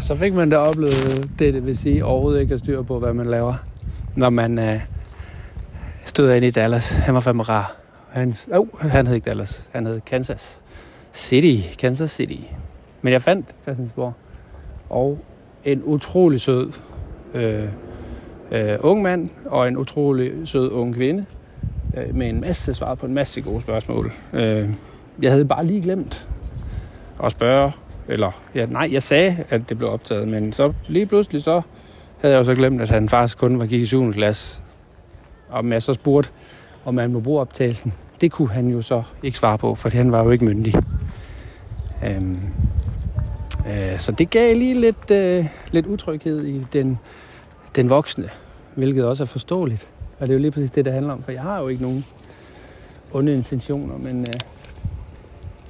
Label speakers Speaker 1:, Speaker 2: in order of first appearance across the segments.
Speaker 1: så fik man da oplevet det, det vil sige overhovedet ikke at styre på, hvad man laver, når man øh, stod ind i Dallas. Han var fandme rar. Han, oh, han hed ikke Dallas, han hed Kansas City. Kansas City. Men jeg fandt Christiansborg og en utrolig sød øh, øh, ung mand og en utrolig sød ung kvinde øh, med en masse svar på en masse gode spørgsmål. Øh, jeg havde bare lige glemt at spørge, eller ja, nej, jeg sagde, at det blev optaget, men så lige pludselig så havde jeg jo så glemt, at han faktisk kun var gik i 7. klasse. Og om jeg så spurgte, om man må bruge optagelsen, det kunne han jo så ikke svare på, for han var jo ikke myndig. Øhm, øh, så det gav lige lidt, øh, lidt utryghed i den, den voksne, hvilket også er forståeligt. Og det er jo lige præcis det, det handler om, for jeg har jo ikke nogen onde intentioner, men øh,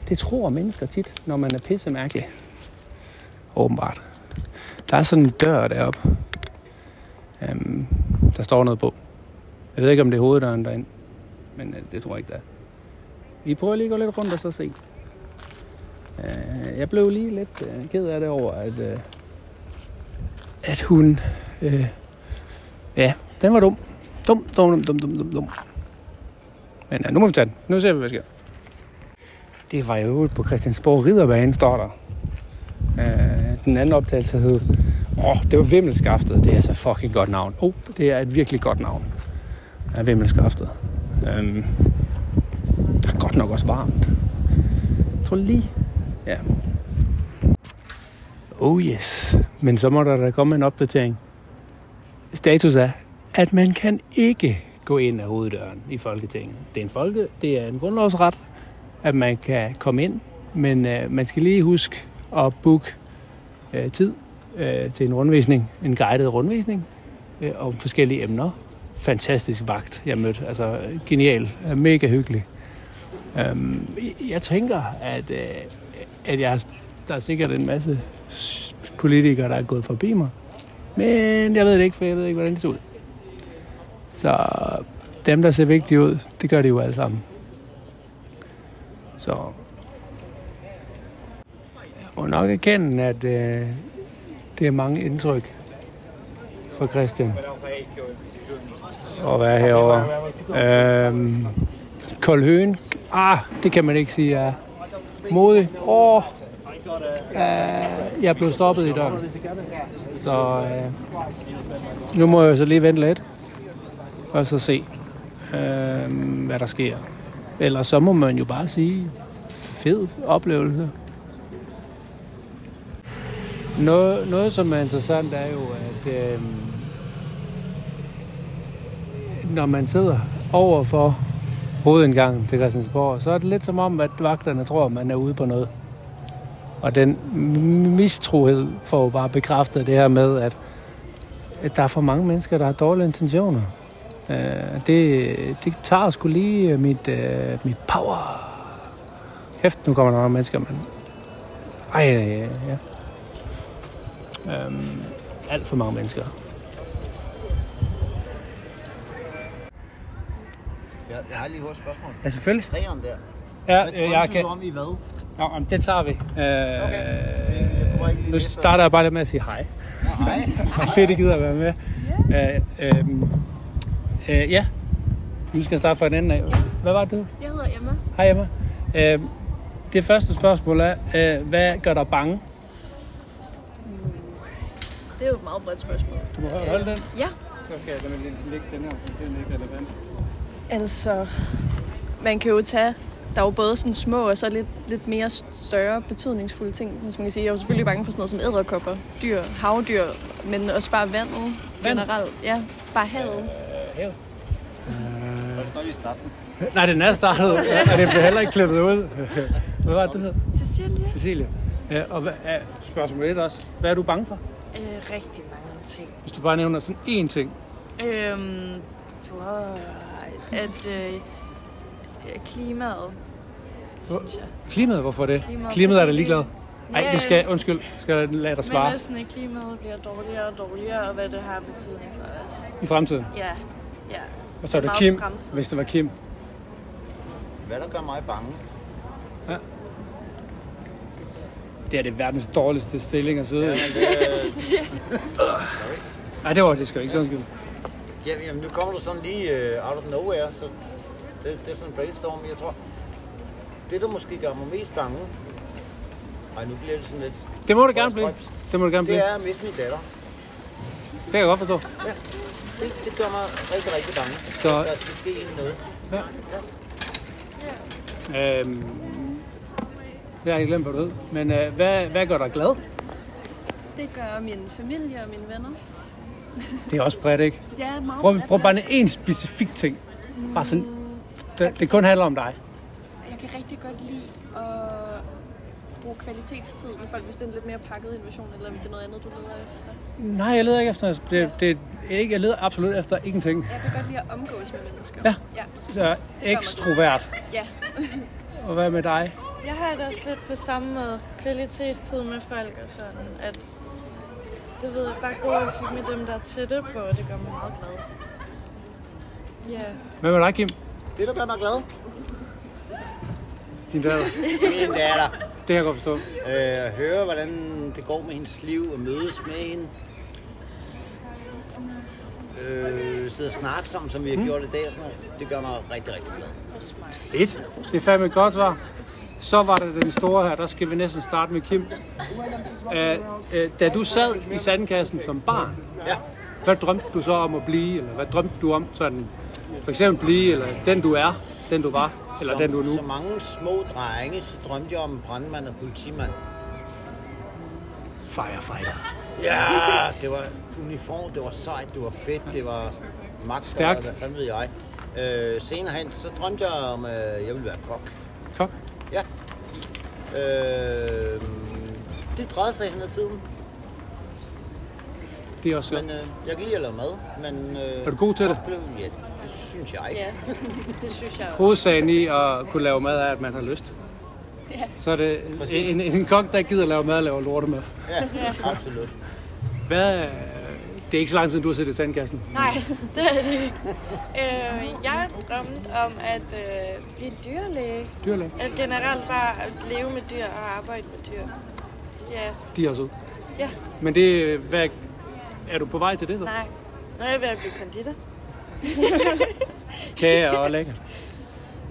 Speaker 1: det tror mennesker tit, når man er pissemærkelig. Åbenbart. Der er sådan en dør deroppe. Øhm, der står noget på. Jeg ved ikke, om det er hoveddøren derind, men øh, det tror jeg ikke, der er. Vi prøver lige at gå lidt rundt og så se. Øh, jeg blev lige lidt øh, ked af det over, at, øh, at hun... Øh, ja, den var dum. Dum, dum, dum, dum, dum, dum, dum. Men øh, nu må vi tage den. Nu ser vi, hvad der sker. Det var jo på Christiansborg Ridderbane, står der. Øh, den anden opdagelse hed... Åh, oh, det var Vimmelskaftet. Det er altså fucking godt navn. Oh, det er et virkelig godt navn. Ja, Vimmelskaftet. Øhm, det er godt nok også varmt. Jeg tror lige... Ja. Oh yes. Men så må der da komme en opdatering. Status er, at man kan ikke gå ind ad hoveddøren i Folketinget. Det er en, folke, det er en grundlovsret, at man kan komme ind, men øh, man skal lige huske at booke øh, tid øh, til en rundvisning, en guided rundvisning øh, om forskellige emner. Fantastisk vagt, jeg mødte. Altså øh, genial, øh, mega hyggelig. Øhm, jeg tænker, at, øh, at jeg, der er sikkert en masse s- politikere, der er gået forbi mig. Men jeg ved det ikke, for jeg ved ikke, hvordan det ser ud. Så dem, der ser vigtige ud, det gør de jo alle sammen. Så jeg må nok erkende, at øh, det er mange indtryk fra Christian at være herovre. Øhm, Kold Høen. Ah, det kan man ikke sige er modig. Åh, øh, jeg er blevet stoppet i døren. Så øh, nu må jeg så lige vente lidt og så se, øh, hvad der sker. Ellers så må man jo bare sige, fed oplevelse. Noget, noget som er interessant er jo, at øh, når man sidder over for hovedindgangen til Christiansborg, så er det lidt som om, at vagterne tror, at man er ude på noget. Og den mistrohed får jo bare bekræftet det her med, at, at der er for mange mennesker, der har dårlige intentioner. Øh, det, det tager sgu lige mit, øh, mit power. Hæft, nu kommer der mange mennesker, men... Ej, ja. ja. Øhm, alt for mange mennesker.
Speaker 2: Jeg, jeg har lige hurtigt spørgsmål.
Speaker 1: Ja, selvfølgelig.
Speaker 2: Træerne der.
Speaker 1: Ja,
Speaker 2: Hvad
Speaker 1: øh,
Speaker 2: drømte
Speaker 1: jeg
Speaker 2: du
Speaker 1: kan...
Speaker 2: om i hvad?
Speaker 1: Nå, men det tager vi. Øh,
Speaker 2: Jeg- jeg kunne ikke lige
Speaker 1: nu
Speaker 2: læse, hvad-
Speaker 1: starter jeg bare lidt med at sige hej.
Speaker 2: Nej.
Speaker 1: Ej, fedt, I gider at være med. Øh, øhm, øh, ja, nu skal jeg starte fra den ende af. Hvad var det? du hed?
Speaker 3: Jeg hedder Emma.
Speaker 1: Hej Emma. Øh, det første spørgsmål er, øh, hvad gør dig bange?
Speaker 3: Det er jo et meget bredt spørgsmål.
Speaker 1: Du må holde den.
Speaker 3: Ja.
Speaker 1: Så kan jeg nemlig lægge den her, den er ikke relevant.
Speaker 3: Altså, man kan jo tage... Der er jo både sådan små og så lidt, lidt mere større betydningsfulde ting, hvis man kan sige. Jeg er jo selvfølgelig bange for sådan noget som æderkopper, dyr, havdyr, men også bare vandet
Speaker 1: Vand?
Speaker 3: generelt. Ja, bare havet.
Speaker 4: Øh,
Speaker 2: Jeg skal lige starte den.
Speaker 1: Nej, den er startet, og det bliver heller ikke klippet ud. Hvad var det, du hed?
Speaker 3: Cecilie?
Speaker 1: Cecilie. Øh, og hvad, er, spørgsmål 1 også. Hvad er du bange for?
Speaker 4: Øh, rigtig mange ting.
Speaker 1: Hvis du bare nævner sådan én ting.
Speaker 4: Øhm, for, at øh, klimaet, synes jeg.
Speaker 1: Klimaet, hvorfor det?
Speaker 4: Klimaet.
Speaker 1: Klimaet er da ligeglad. Nej,
Speaker 4: Ja,
Speaker 1: vi
Speaker 4: ja.
Speaker 1: skal, undskyld, skal jeg lade dig
Speaker 4: Men altså,
Speaker 1: svare
Speaker 4: også sådan, at klimaet bliver dårligere og dårligere, og hvad det har betydning for os.
Speaker 1: i fremtiden.
Speaker 4: Ja, ja.
Speaker 1: Og så er det
Speaker 4: Meget
Speaker 1: Kim,
Speaker 4: fremtid.
Speaker 1: hvis det var Kim.
Speaker 2: Hvad der gør mig bange?
Speaker 1: Ja. Det er det verdens dårligste stilling at sidde i.
Speaker 2: Jamen, det,
Speaker 1: Nej, det var det sgu ikke sådan skyld.
Speaker 2: Jamen, jamen, nu kommer du sådan lige uh, out of nowhere, så det, det er sådan en brainstorm. Jeg tror, det der måske gør mig mest bange, ej, nu bliver det sådan lidt,
Speaker 1: Det må du gerne blive. Det må du gerne
Speaker 2: det
Speaker 1: blive.
Speaker 2: er at miste min datter.
Speaker 1: Det kan jeg godt forstå.
Speaker 2: Det, det gør mig rigtig, rigtig bange.
Speaker 1: Så-
Speaker 2: Der skal ske en noget.
Speaker 1: Ja. Øhm, jeg har ikke glemt, hvad du hed. Men øh, hvad, hvad gør dig glad?
Speaker 3: Det gør min familie og mine venner.
Speaker 1: Det er også bredt, ikke?
Speaker 3: Ja, meget
Speaker 1: Prøv,
Speaker 3: bredt
Speaker 1: prøv bare
Speaker 3: valg.
Speaker 1: en specifik ting. Bare sådan, det, det kun handler om dig.
Speaker 3: Jeg kan rigtig godt lide at bruge kvalitetstid med folk, hvis det er en lidt mere pakket invasion, eller om det er noget andet, du leder efter.
Speaker 1: Nej, jeg leder ikke efter det, det, ikke, Jeg leder absolut efter ingenting.
Speaker 3: Jeg kan godt lide at omgås med mennesker.
Speaker 1: Ja.
Speaker 3: ja.
Speaker 1: Jeg er ekstrovert.
Speaker 3: ja.
Speaker 1: Og hvad med dig?
Speaker 4: Jeg har det også lidt på samme måde. Kvalitetstid med folk og sådan, at det ved jeg bare gå med dem, der er tætte på, og det gør mig meget glad. Ja,
Speaker 1: Hvad med dig, Kim?
Speaker 2: Det, der gør mig glad,
Speaker 1: Din datter.
Speaker 2: min datter.
Speaker 1: Det kan jeg godt forstå.
Speaker 2: Øh, høre, hvordan det går med hendes liv, og mødes med hende. Øh, sidde og snakke sammen, som vi
Speaker 1: Mm.
Speaker 2: har gjort i dag og sådan noget. Det gør mig rigtig, rigtig glad.
Speaker 1: Fedt. Det er fandme et godt svar. Så var det den store her. Der skal vi næsten starte med Kim. Æ, øh, da du sad i sandkassen som barn,
Speaker 2: Ja.
Speaker 1: hvad drømte du så om at blive? Eller hvad drømte du om sådan, for eksempel blive, eller den du er, den du var, eller
Speaker 2: som,
Speaker 1: den du er nu?
Speaker 2: Som mange små drenge, så drømte jeg om brandmand og politimand.
Speaker 1: Firefighter.
Speaker 2: Ja, det var uniform, det var sejt, det var fedt, det var magt,
Speaker 1: Stærkt.
Speaker 2: hvad fanden ved jeg. Øh, senere hen, så drømte jeg om, øh, jeg ville være kok.
Speaker 1: Kok.
Speaker 2: Ja. Øh, det drejede sig hen ad tiden,
Speaker 1: Det er også
Speaker 2: men
Speaker 1: godt.
Speaker 2: øh, jeg kan lide at lave mad. Men, øh,
Speaker 1: Er du god til det?
Speaker 2: kok Blev, ja, det synes jeg ikke.
Speaker 4: ja. det synes jeg også.
Speaker 1: Hovedsagen i at kunne lave mad er, at man har lyst. Så er det
Speaker 2: Præcis.
Speaker 1: en, en kok, der ikke gider lave mad, laver lorte med.
Speaker 2: Ja, absolut.
Speaker 1: Hvad, øh, det er ikke så lang tid, du har siddet i sandkassen.
Speaker 4: Nej, det er det ikke. Øh, jeg drømte om at øh, blive dyrlæge.
Speaker 1: Dyrlæge.
Speaker 4: At generelt bare at leve med dyr og arbejde med dyr. Ja,
Speaker 1: De er også ude.
Speaker 4: ja,
Speaker 1: Men det, øh, hvad, er du på vej til det så?
Speaker 4: nej. Nu er jeg ved at blive konditor.
Speaker 1: Kage og lækkert.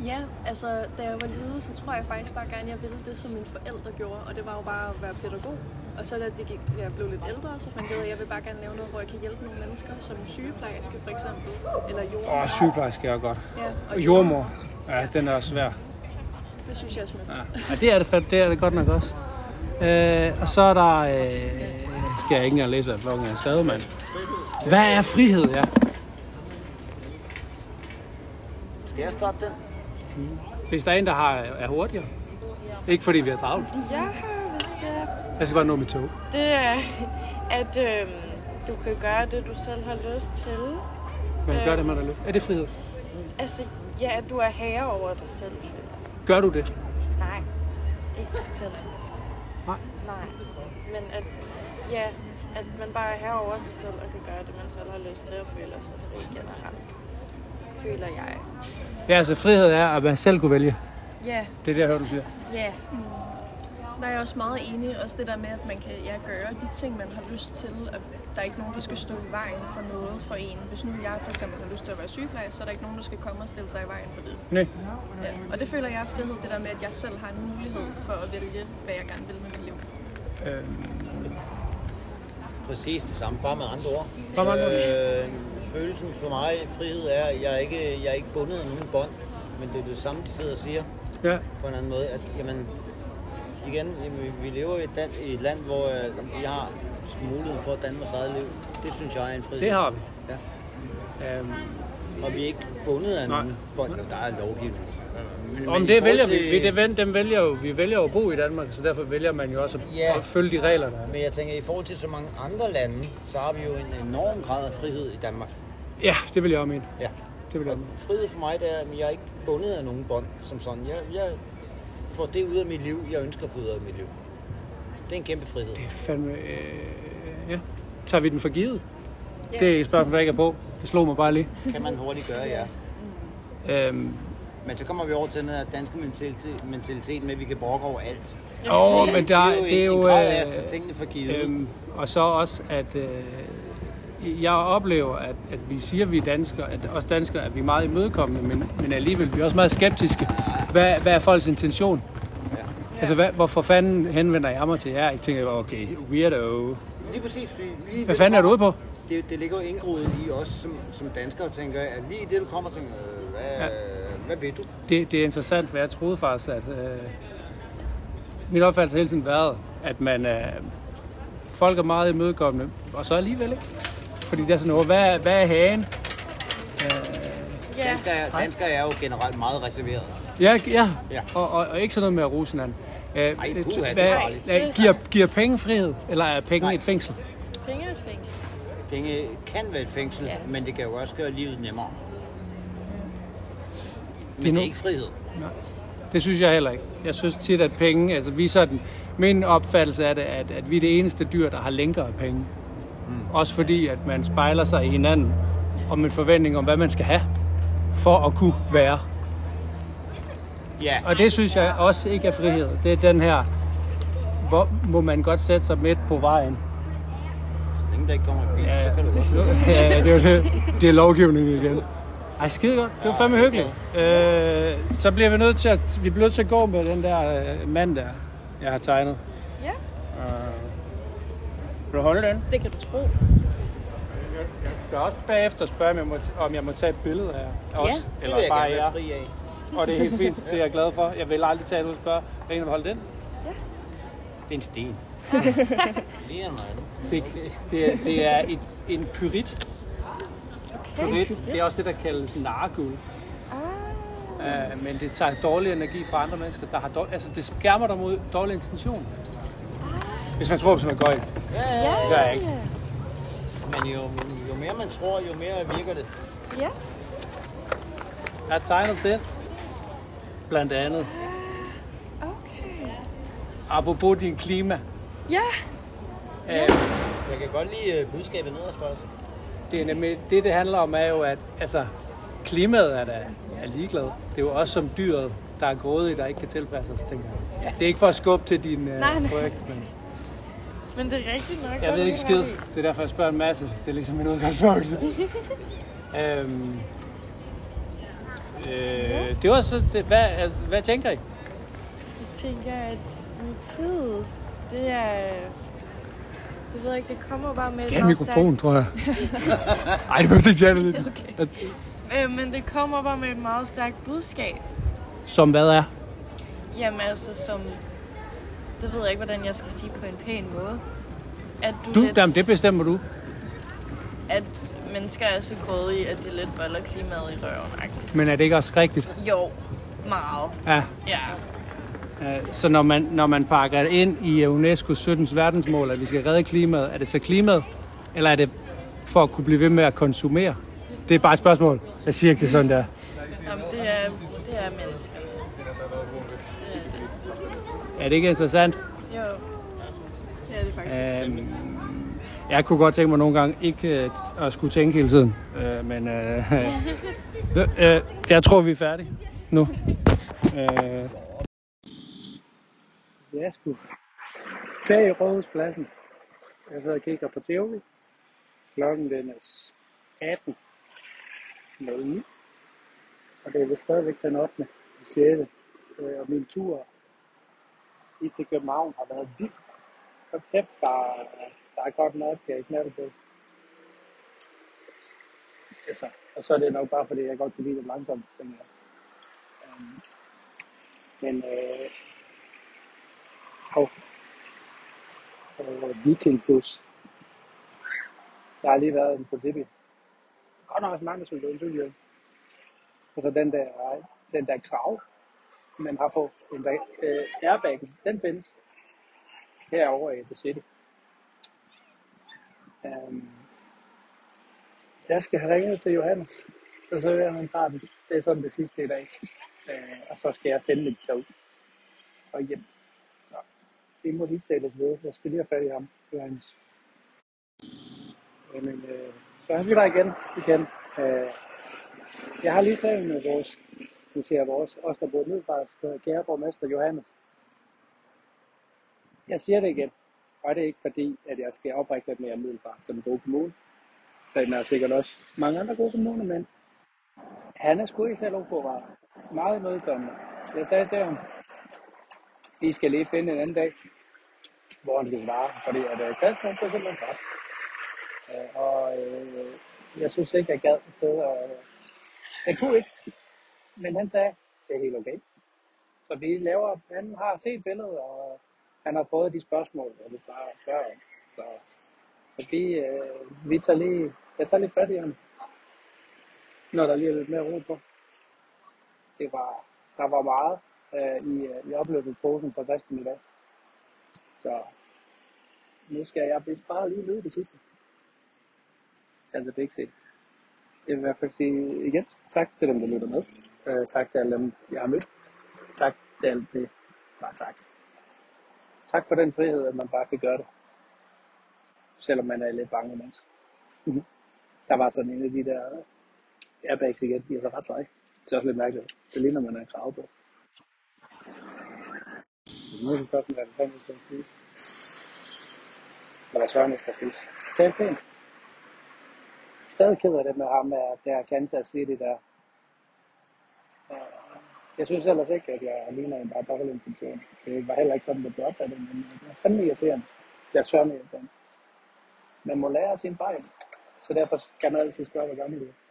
Speaker 3: Ja, altså, da jeg var lille, så tror jeg faktisk bare gerne, jeg ville det, som mine forældre gjorde. Og det var jo bare at være pædagog. Og så da det gik, jeg blev lidt ældre, så fandt jeg ud af, at jeg vil bare gerne lave noget, hvor jeg kan hjælpe nogle mennesker, som sygeplejerske for eksempel, eller
Speaker 1: Åh,
Speaker 3: jordemoder.
Speaker 1: oh, sygeplejerske er godt.
Speaker 3: Ja,
Speaker 1: Og jordmor. Ja, den er også svær.
Speaker 3: Det synes jeg er smukt.
Speaker 1: Ja, ja det, er det, fandme- det er det godt nok også. Øh, og så er der... Øh, skal jeg ikke engang læse, hvad bloggen er skrevet, mand. Hvad er frihed, ja?
Speaker 2: Skal jeg starte den?
Speaker 1: Hvis der er en, der har, er hurtigere. Ikke fordi vi er travlt.
Speaker 4: Jeg har vist det. Er
Speaker 1: Jeg skal bare nå mit tog.
Speaker 4: Det er, at øh, du kan gøre det, du selv har lyst til.
Speaker 1: Man gør det, man har lyst. Er det frihed?
Speaker 4: Altså, ja, du er herre over dig selv.
Speaker 1: Gør du det?
Speaker 4: Nej, ikke selv.
Speaker 1: Nej.
Speaker 4: Nej, men at, ja, at man bare er herre over sig selv og kan gøre det, man selv har lyst til og føler sig fri generelt. Føler jeg.
Speaker 1: Ja, altså frihed er, at man selv kunne vælge.
Speaker 4: Ja,
Speaker 1: Det er det, jeg hører, du siger.
Speaker 4: ja.
Speaker 3: Der er jeg også meget enig, også det der med, at man kan ja, gøre de ting, man har lyst til, og der er ikke nogen, der skal stå i vejen for noget for en. Hvis nu jeg for eksempel har lyst til at være sygeplejerske, så er der ikke nogen, der skal komme og stille sig i vejen for det.
Speaker 1: Nej.
Speaker 3: Ja. Og det føler jeg er frihed, det der med, at jeg selv har en mulighed for at vælge, hvad jeg gerne vil med mit liv.
Speaker 2: Præcis det samme, bare med andre ord.
Speaker 1: Bare med andre
Speaker 2: øh, følelsen for mig, frihed er, at jeg er ikke jeg er ikke bundet af nogen bånd, men det er det samme, de sidder og siger
Speaker 1: Ja.
Speaker 2: på en anden måde, at jamen, igen, jamen, vi- vi lever i et, land, i et land, hvor øh, vi har sgu muligheden for at danne vores eget liv. Det synes jeg er en frihed.
Speaker 1: Det har vi.
Speaker 2: Ja.
Speaker 1: Øhm,
Speaker 2: Og vi er ikke bundet af
Speaker 1: Nej.
Speaker 2: nogen bånd. Jo, der er lovgivning. og sådan noget. Men,
Speaker 1: Om
Speaker 2: men i
Speaker 1: det
Speaker 2: forhold
Speaker 1: vælger vi.
Speaker 2: til-
Speaker 1: vi det, ven- dem vælger jo, vi vælger jo at bo i Danmark, så derfor vælger man jo også at,
Speaker 2: Ja.
Speaker 1: at følge de regler, der er.
Speaker 2: Men jeg tænker, i forhold til så mange andre lande, så har vi jo en enorm grad af frihed i Danmark.
Speaker 1: Ja, det vil jeg også mene.
Speaker 2: Ja.
Speaker 1: Det vil jeg
Speaker 2: Og
Speaker 1: også mene.
Speaker 2: frihed for mig, det er, at jeg er ikke bundet af nogen bånd som sådan. Jeg, jeg får det ud af mit liv, jeg ønsker at få ud af mit liv. Det er en kæmpe frihed.
Speaker 1: Det er fandme... Øh, ja. Tager vi den for givet? Det er et spørgsmål, der ikke er på. Det slog mig bare lige.
Speaker 2: Kan man hurtigt gøre, ja.
Speaker 1: Øhm,
Speaker 2: Men så kommer vi over til den her danske mentalitet, mentalitet med, at vi kan brokke over alt.
Speaker 1: Åh, oh, men der,
Speaker 2: det er jo... en- en grad af at
Speaker 1: øh,
Speaker 2: tage tingene for givet.
Speaker 1: Øhm, og så også, at øh, jeg oplever, at, at vi siger, at vi er danskere, at os danskere, at vi er meget imødekommende, men, men alligevel, vi er også meget skeptiske. Hvad, hvad er folks intention? Ja. Altså, hvad, hvorfor fanden henvender jeg mig til jer? Jeg tænker, okay, weirdo.
Speaker 2: Lige præcis. Fordi lige det,
Speaker 1: Hvad fanden er du ude på?
Speaker 2: Det, det ligger jo indgroet i os som, som danskere, tænker jeg, at lige det, du kommer og tænker, øh, hvad,
Speaker 1: Ja.
Speaker 2: ja. hvad ved du?
Speaker 1: Det, det er interessant, for jeg troede faktisk, at... Øh, min opfattelse har hele tiden været, at man... Øh, folk er meget imødekommende, og så alligevel ikke. Fordi der er sådan noget, hvad, hvad er hagen?
Speaker 4: Ja,
Speaker 2: Danskere, danskere er jo generelt meget reserveret.
Speaker 1: Ja, ja. ja.
Speaker 2: Ja.
Speaker 1: Og, og, og ikke sådan noget med at ruse hinanden. Øh,
Speaker 2: puha,
Speaker 1: øh,
Speaker 2: det er
Speaker 1: hvad-
Speaker 2: farligt.
Speaker 1: øh, giver, giver penge frihed, eller er penge
Speaker 2: Nej.
Speaker 1: et fængsel?
Speaker 4: penge er et fængsel.
Speaker 2: Penge kan være et fængsel, ja. men det kan jo også gøre livet nemmere. Men
Speaker 1: er
Speaker 2: det er,
Speaker 1: nu-
Speaker 2: ikke frihed.
Speaker 1: Det synes jeg heller ikke. Jeg synes tit, at penge, altså vi er sådan, min opfattelse af det, at, at vi er det eneste dyr, der har længere af penge. Mm. Også fordi, at man spejler sig i hinanden om en forventning om, hvad man skal have for at kunne være.
Speaker 2: Ja,
Speaker 1: Og det synes jeg også ikke er frihed. Det er den her, hvor må man godt sætte sig midt på vejen.
Speaker 2: så længe der ikke kommer en bil,
Speaker 1: Ja,
Speaker 2: ja. så kan du
Speaker 1: det,
Speaker 2: også...
Speaker 1: ja, det, er jo det. det er lovgivning igen. Ej, skide godt. Det var fandme hyggeligt. Øh, så bliver vi nødt til at, vi bliver nødt til at gå med den der øh, mand der, jeg har tegnet.
Speaker 4: Ja,
Speaker 1: Øh, vil du holde den?
Speaker 4: det kan du tro.
Speaker 1: Jeg skal også bagefter spørge, om jeg må, om jeg må tage et billede af jer. Også,
Speaker 2: Det
Speaker 1: eller
Speaker 2: vil jeg
Speaker 1: bare
Speaker 2: gerne
Speaker 1: jer.
Speaker 2: være fri af.
Speaker 1: Og det er helt fint. Det er jeg glad for. Jeg vil aldrig tage ud og spørge. Er der en, der vil holde den? Ja. Det er en sten.
Speaker 2: Mere end noget andet.
Speaker 1: Det, det, er- det er et, en pyrit. Okay. Pyritten, det er også det, der kaldes narguld. Ah. Uh, men det tager dårlig energi fra andre mennesker. Der har dårlig, altså, det skærmer dig mod dårlig intention. Hvis man tror på sådan noget gøjl. Ah. Ja, ja, ja. Det gør jeg ikke.
Speaker 2: Men jo, jo mere man tror, jo mere virker det.
Speaker 4: Ja,
Speaker 1: Jeg har tegnet den. Blandt andet.
Speaker 4: okay.
Speaker 1: Apropos din klima. Øh,
Speaker 4: Ja,
Speaker 1: Ja.
Speaker 2: Jeg kan godt lide øh, budskabet nederst først.
Speaker 1: Det er nemlig, det det handler om er jo, at altså, klimaet er, da, er ligeglad. Det er jo også som dyret, der er grådige, der ikke kan tilpasse sig, tænker jeg. Det er ikke for at skubbe til din øh,
Speaker 4: Nej, nej.
Speaker 1: frygt, men
Speaker 4: men det er rigtigt nok.
Speaker 1: jeg
Speaker 4: Der
Speaker 1: ved
Speaker 4: er
Speaker 1: ikke skid.
Speaker 4: nogen ret i.
Speaker 1: Det er derfor, jeg spørger en masse. Det er ligesom min udgangspunkt. øhm, øh, det var så, det, hvad, altså, hvad tænker I?
Speaker 4: Jeg tænker, at min tid, det er... Det ved jeg ikke, det kommer bare med... et meget stærkt-
Speaker 1: tror jeg. Ej, det behøver ikke tjene lidt.
Speaker 4: Øh, men det kommer bare med et meget stærkt budskab.
Speaker 1: Som hvad er?
Speaker 4: Jamen altså som... Det ved jeg ikke, hvordan jeg skal sige på en pæn måde. At du,
Speaker 1: Du,
Speaker 4: lidt,
Speaker 1: jamen, det bestemmer du.
Speaker 3: At mennesker er så grådige, at de lidt boller klimaet i røven. -agtigt.
Speaker 1: Men er det ikke også rigtigt?
Speaker 3: Jo, meget.
Speaker 1: Ja.
Speaker 3: Ja.
Speaker 1: Øh, Så når man, når man pakker det ind i UNESCO's 17 verdensmål, at vi skal redde klimaet, er det så klimaet, eller er det for at kunne blive ved med at konsumere? Det er bare et spørgsmål. Jeg siger ikke det sådan der.
Speaker 3: Jamen, det er, det er mennesker.
Speaker 1: Er det ikke interessant?
Speaker 3: Jo. Det er det faktisk.
Speaker 1: Øhm, jeg kunne godt tænke mig nogle gange ikke øh, t- at skulle tænke hele tiden. Øh, men øh, øh, øh, jeg tror, vi er færdige nu. Øh, vi er sgu bag i Rådhuspladsen. Jeg sidder og kigger på TV. Klokken den er 18.09. Og det er vist stadigvæk den 8. den 6. Øh, og min tur i til København har været vild Hold kæft, der, der er godt nok øh, knaldebøl. Altså, og så er det nok bare, fordi jeg godt kan lide det langsomt, tænker jeg. Um, men, øh, hov, øh, Viking Plus. Der har lige været en på Dibi. Godt nok også mange soldater, synes jeg. Og så den der, den der krav, man har på en bag, øh, airbaggen, den findes herovre i The City. Um, jeg skal have ringet til Johannes, og så vil han tager den. Det er sådan det sidste i dag. Uh, og så skal jeg finde mit tog og hjem. Så det må lige tales ved. Jeg skal lige have fat i ham, Johannes. Jamen, øh, så er vi der igen. igen. Øh, jeg har lige talt med vores respekterer vores, os, der bor i Middelfart, kære borgmester Johannes. Jeg siger det igen, og det er ikke fordi, at jeg skal oprigte at mere Middelfart som en god kommune. Den er sikkert også mange andre gode kommuner, men han er sgu ikke selv ok Meget imødekommende. Jeg sagde til ham, vi skal lige finde en anden dag, hvor han skal svare, fordi at øh, Christian han blev simpelthen dræbt. Øh, og øh, jeg synes ikke, jeg gad at sidde og... øh, Jeg kunne ikke, men han sagde, det er helt okay. Så vi laver, han har set billedet, og han har fået de spørgsmål, jeg vil bare spørge om. Så, så vi, øh, vi tager lige, jeg tager lige fat i ham, når der lige er lidt mere ro på. Det var, der var meget øh, i, øh, i oplevelsesposen for Christian i dag. Så nu skal jeg blive bare lige nede i det sidste. Altså det er ikke set. Jeg vil i hvert fald sige igen, tak til dem, der lytter med. Øh, tak til alle dem, jeg har mødt. Tak til alt det. Bare tak. Tak for den frihed, at man bare kan gøre det. Selvom man er lidt bange menneske. Mhm. der var sådan en af de der airbags igen, de er så ret seje. Det er også lidt mærkeligt. Det ligner, man er en kravet på. Nu er det spørgsmålet, hvad fanden vi skal spise. Eller hvad Søren jeg skal spise. Tal pænt. Stadig ked af det med ham, der, der Kansas City der. Øh, Jeg synes ellers ikke, at jeg ligner en, der har dobbelt infektion. Det var heller ikke sådan, det blev opfattet, men det er fandme irriterende. Det er sørme irriterende. Man må lære af sin fejl. Så derfor kan man altid spørge, hvor gammel du er.